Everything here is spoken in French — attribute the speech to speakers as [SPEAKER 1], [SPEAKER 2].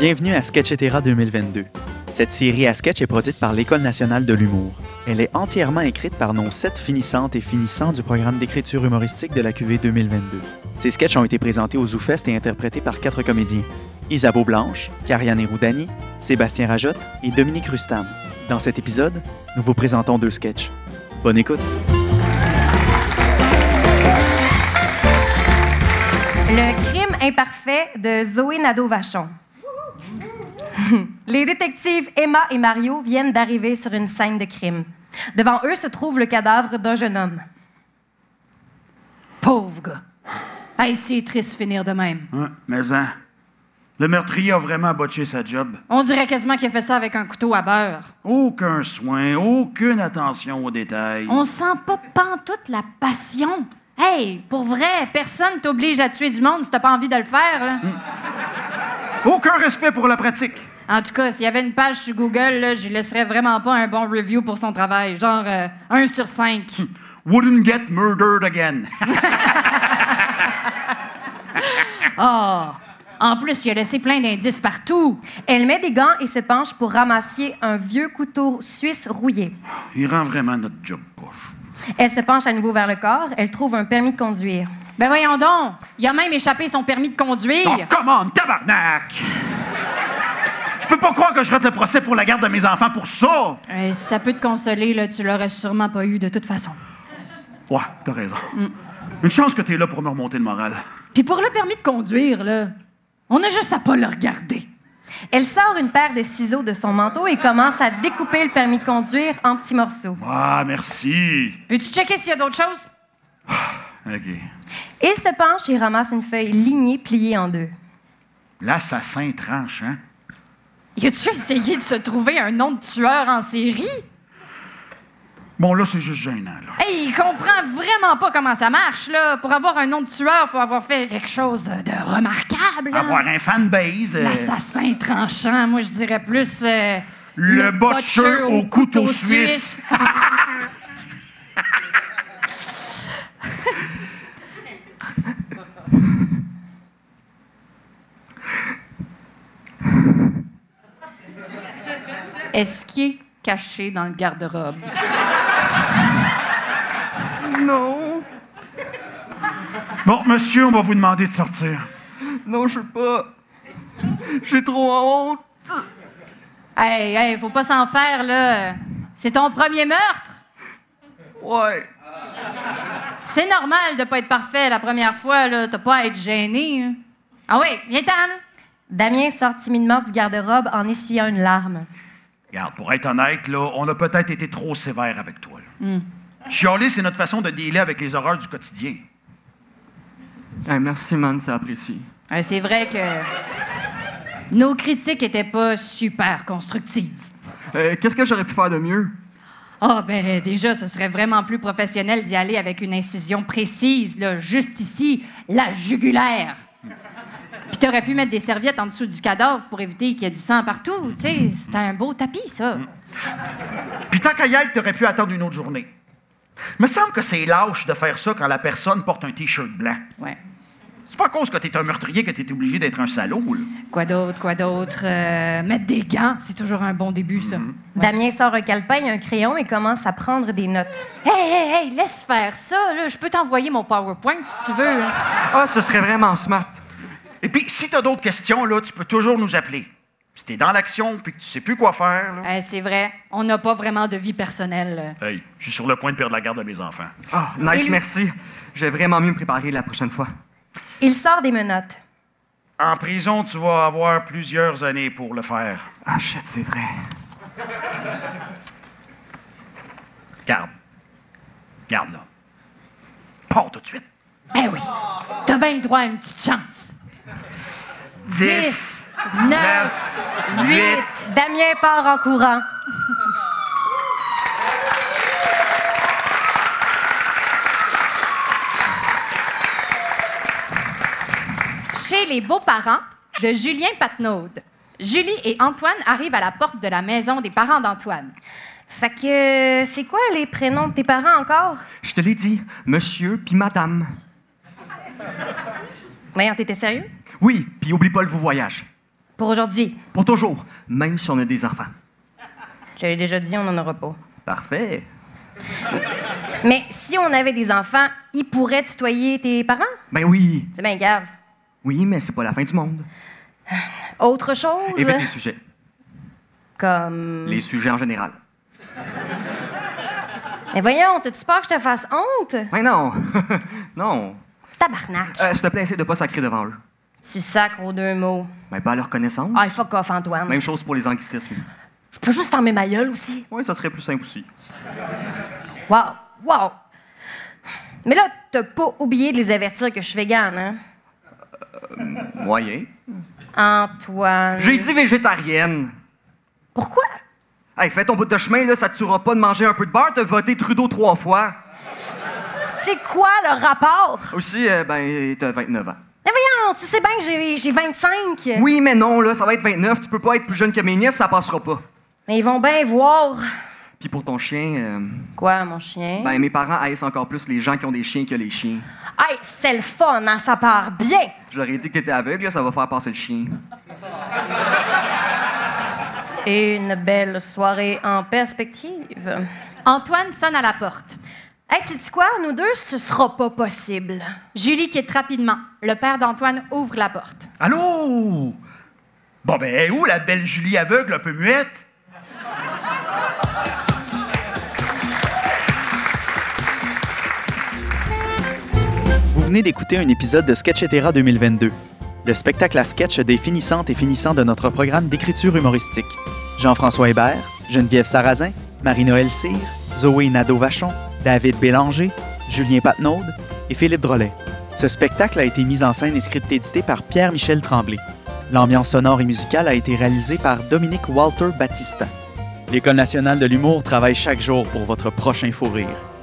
[SPEAKER 1] Bienvenue à Sketchetera 2022. Cette série à sketch est produite par l'École nationale de l'humour. Elle est entièrement écrite par nos sept finissantes et finissants du programme d'écriture humoristique de la QV 2022. Ces sketchs ont été présentés au ZooFest et interprétés par quatre comédiens. Isabeau Blanche, Kariane Roudani, Sébastien Rajotte et Dominique Rustam. Dans cet épisode, nous vous présentons deux sketchs. Bonne écoute!
[SPEAKER 2] Le crime imparfait de Zoé Nadeau-Vachon. Les détectives Emma et Mario viennent d'arriver sur une scène de crime. Devant eux se trouve le cadavre d'un jeune homme.
[SPEAKER 3] Pauvre gars. Ah, Hey, c'est triste finir de même.
[SPEAKER 4] Ouais, mais hein, le meurtrier a vraiment botché sa job.
[SPEAKER 3] On dirait quasiment qu'il a fait ça avec un couteau à beurre.
[SPEAKER 4] Aucun soin, aucune attention aux détails.
[SPEAKER 3] On sent pas pantoute la passion. Hey, pour vrai, personne t'oblige à tuer du monde si t'as pas envie de le faire. là.
[SPEAKER 4] Aucun respect pour la pratique.
[SPEAKER 3] En tout cas, s'il y avait une page sur Google, là, je lui laisserais vraiment pas un bon review pour son travail. Genre, euh, 1 sur 5.
[SPEAKER 4] Wouldn't get murdered again.
[SPEAKER 3] En plus, il a laissé plein d'indices partout.
[SPEAKER 2] Elle met des gants et se penche pour ramasser un vieux couteau suisse rouillé.
[SPEAKER 4] Il rend vraiment notre job poche.
[SPEAKER 2] Elle se penche à nouveau vers le corps. Elle trouve un permis de conduire.
[SPEAKER 3] Ben voyons donc, il a même échappé son permis de
[SPEAKER 4] Oh,
[SPEAKER 3] conduire.
[SPEAKER 4] come on, tabarnak! Je peux pas croire que je rate le procès pour la garde de mes enfants pour ça!
[SPEAKER 3] Euh, si ça peut te consoler, là, tu l'aurais sûrement pas eu de toute façon.
[SPEAKER 4] Ouais, t'as raison.
[SPEAKER 3] Mm.
[SPEAKER 4] Une chance que t'es là pour me remonter le moral.
[SPEAKER 3] Puis pour le permis de conduire, là, on a juste à pas le regarder.
[SPEAKER 2] Elle sort une paire de ciseaux de son manteau et commence à découper le permis de conduire en petits morceaux.
[SPEAKER 4] Ah, merci.
[SPEAKER 3] Peux-tu checker s'il y a d'autres choses?
[SPEAKER 4] OK.
[SPEAKER 2] Il se penche et ramasse une feuille lignée pliée en deux.
[SPEAKER 4] L'assassin tranche, hein?
[SPEAKER 3] Y a-tu essayé de se trouver un nom de tueur en série?
[SPEAKER 4] Bon, là, c'est juste gênant, là.
[SPEAKER 3] Hey, il comprend vraiment pas comment ça marche, là. Pour avoir un nom de tueur, faut avoir fait quelque chose de remarquable. hein.
[SPEAKER 4] Avoir un fanbase. euh,
[SPEAKER 3] L'assassin tranchant, moi je dirais plus. euh,
[SPEAKER 4] Le botcheux
[SPEAKER 3] botcheux
[SPEAKER 4] au couteau suisse.
[SPEAKER 3] Est-ce qu'il est caché dans le garde-robe?
[SPEAKER 5] Non,
[SPEAKER 4] Bon, monsieur, on va vous demander de sortir.
[SPEAKER 5] non, je sais pas. J'ai trop honte.
[SPEAKER 3] Hey, hey, faut pas s'en faire, là. C'est ton premier meurtre.
[SPEAKER 5] Ouais,
[SPEAKER 3] C'est normal de pas être parfait la première fois, là. T'as pas à être gêné. hein. Ah oui, viens-t'en. là.
[SPEAKER 2] Damien sort timidement du garde-robe en essuyant une larme.
[SPEAKER 4] Regarde, pour être honnête, là, on a peut-être été trop sévère avec toi. là. Chialer, c'est notre façon de dealer avec les horreurs du quotidien.
[SPEAKER 5] Hey, merci, man, ça apprécie.
[SPEAKER 3] Ouais, Hein, c'est vrai que nos critiques étaient pas super constructives.
[SPEAKER 5] Euh, Qu'est-ce que j'aurais pu faire de mieux?
[SPEAKER 3] Ah ben déjà, ce serait vraiment plus professionnel d'y aller avec une incision précise, là, juste ici, la jugulaire. Puis t'aurais pu mettre des serviettes en dessous du cadavre pour éviter qu'il y ait du sang partout, tu sais. C'était un beau tapis, ça.
[SPEAKER 4] Puis tant qu'à y être, t'aurais pu attendre une autre journée. Me semble que c'est lâche de faire ça quand la personne porte un T-shirt blanc.
[SPEAKER 3] Ouais.
[SPEAKER 4] C'est pas à cause que t'es un meurtrier que t'es obligé d'être un salaud, là.
[SPEAKER 3] Quoi d'autre, quoi d'autre? Euh, mettre des gants, c'est toujours un bon début, ça.
[SPEAKER 2] Damien sort un calepin et un crayon et commence à prendre des notes.
[SPEAKER 3] Hey, hey, hey, laisse faire ça, là. Je peux t'envoyer mon PowerPoint si tu veux. hein.
[SPEAKER 5] Ah, ce serait vraiment smart.
[SPEAKER 4] Et puis, si t'as d'autres questions, là, tu peux toujours nous appeler. Si t'es dans l'action puis que tu sais plus quoi faire, là...
[SPEAKER 3] Euh, c'est vrai, on n'a pas vraiment de vie personnelle. euh. là.
[SPEAKER 4] Hey, je suis sur le point de perdre la garde de mes enfants.
[SPEAKER 5] Ah, nice,
[SPEAKER 2] Et-
[SPEAKER 5] merci. Je vais vraiment mieux me préparer la prochaine fois.
[SPEAKER 2] Il sort des menottes.
[SPEAKER 4] En prison, tu vas avoir plusieurs années pour le faire.
[SPEAKER 5] Ah, shit, c'est vrai.
[SPEAKER 4] Garde. Garde, là. Pars tout de suite.
[SPEAKER 3] Ben oui, t'as bien le droit à une petite chance. 10, 9, 8.
[SPEAKER 2] Damien part en courant.
[SPEAKER 3] Chez les beaux-parents de Julien Patnaud. Julie et Antoine arrivent à la porte de la maison des parents d'Antoine.
[SPEAKER 2] Fait que euh, c'est quoi les prénoms de tes parents encore?
[SPEAKER 5] Je te l'ai dit, monsieur puis madame.
[SPEAKER 2] Voyons, t'étais sérieux?
[SPEAKER 5] Oui, puis oublie pas le vous voyage.
[SPEAKER 2] Pour aujourd'hui.
[SPEAKER 5] Pour toujours, même si on a des enfants.
[SPEAKER 2] Je l'ai déjà dit, on n'en aura pas.
[SPEAKER 5] Parfait.
[SPEAKER 2] Mais si on avait des enfants, ils pourraient tutoyer tes parents?
[SPEAKER 5] Ben oui.
[SPEAKER 2] C'est bien grave.
[SPEAKER 5] Oui, mais c'est pas la fin du monde.
[SPEAKER 2] Autre chose?
[SPEAKER 5] Évite les sujets.
[SPEAKER 2] Comme.
[SPEAKER 5] Les sujets en général.
[SPEAKER 2] Mais voyons, t'as-tu peur que je te fasse honte?
[SPEAKER 5] Ben non. non.
[SPEAKER 2] Tabarnak.
[SPEAKER 5] Euh, S'il te plaît, essaie de pas sacrer devant eux.
[SPEAKER 2] Tu sacres aux deux mots.
[SPEAKER 5] Ben pas à leur connaissance.
[SPEAKER 2] Ah, fuck off, Antoine.
[SPEAKER 5] Même chose pour les anglicismes.
[SPEAKER 2] Je peux juste fermer ma gueule aussi.
[SPEAKER 5] Oui, ça serait plus simple aussi.
[SPEAKER 2] Wow, wow. Mais là, t'as pas oublié de les avertir que je suis végane, hein?
[SPEAKER 5] Moyen.
[SPEAKER 2] Antoine.
[SPEAKER 5] J'ai dit végétarienne.
[SPEAKER 2] Pourquoi?
[SPEAKER 5] Hey, fais ton bout de chemin, là, ça te tuera pas de manger un peu de beurre, t'as voté Trudeau trois fois.
[SPEAKER 2] C'est quoi le rapport?
[SPEAKER 5] Aussi, euh, ben, t'as 29 ans.
[SPEAKER 2] Mais voyons, tu sais bien que j'ai- j'ai 25.
[SPEAKER 5] Oui, mais non, là, ça va être 29, tu peux pas être plus jeune que mes nièces, ça passera pas.
[SPEAKER 2] Mais ils vont bien voir.
[SPEAKER 5] Puis pour ton chien, euh,
[SPEAKER 2] Quoi, mon chien?
[SPEAKER 5] ben, mes parents haïssent encore plus les gens qui ont des chiens que les chiens.
[SPEAKER 2] Hey, c'est le fun, hein, ça part bien.
[SPEAKER 5] J'aurais dit que t'étais aveugle, là, ça va faire passer le chien.
[SPEAKER 2] Une belle soirée en perspective.
[SPEAKER 3] Antoine sonne à la porte.
[SPEAKER 2] Hey, tu sais quoi? Nous deux, ce sera pas possible.
[SPEAKER 3] Julie quitte rapidement. Le père d'Antoine ouvre la porte.
[SPEAKER 4] Allô? Bon, ben, elle est où la belle Julie aveugle, un peu muette?
[SPEAKER 1] Vous venez d'écouter un épisode de Sketchetera 2022, le spectacle à sketch des finissantes et finissants de notre programme d'écriture humoristique. Jean-François Hébert, Geneviève Sarrazin, Marie-Noël Cyr, Zoé Nadeau-Vachon, David Bélanger, Julien Patnaud et Philippe Drolet. Ce spectacle a été mis en scène et script-édité par Pierre-Michel Tremblay. L'ambiance sonore et musicale a été réalisée par Dominique Walter Battista. L'École nationale de l'humour travaille chaque jour pour votre prochain fou rire.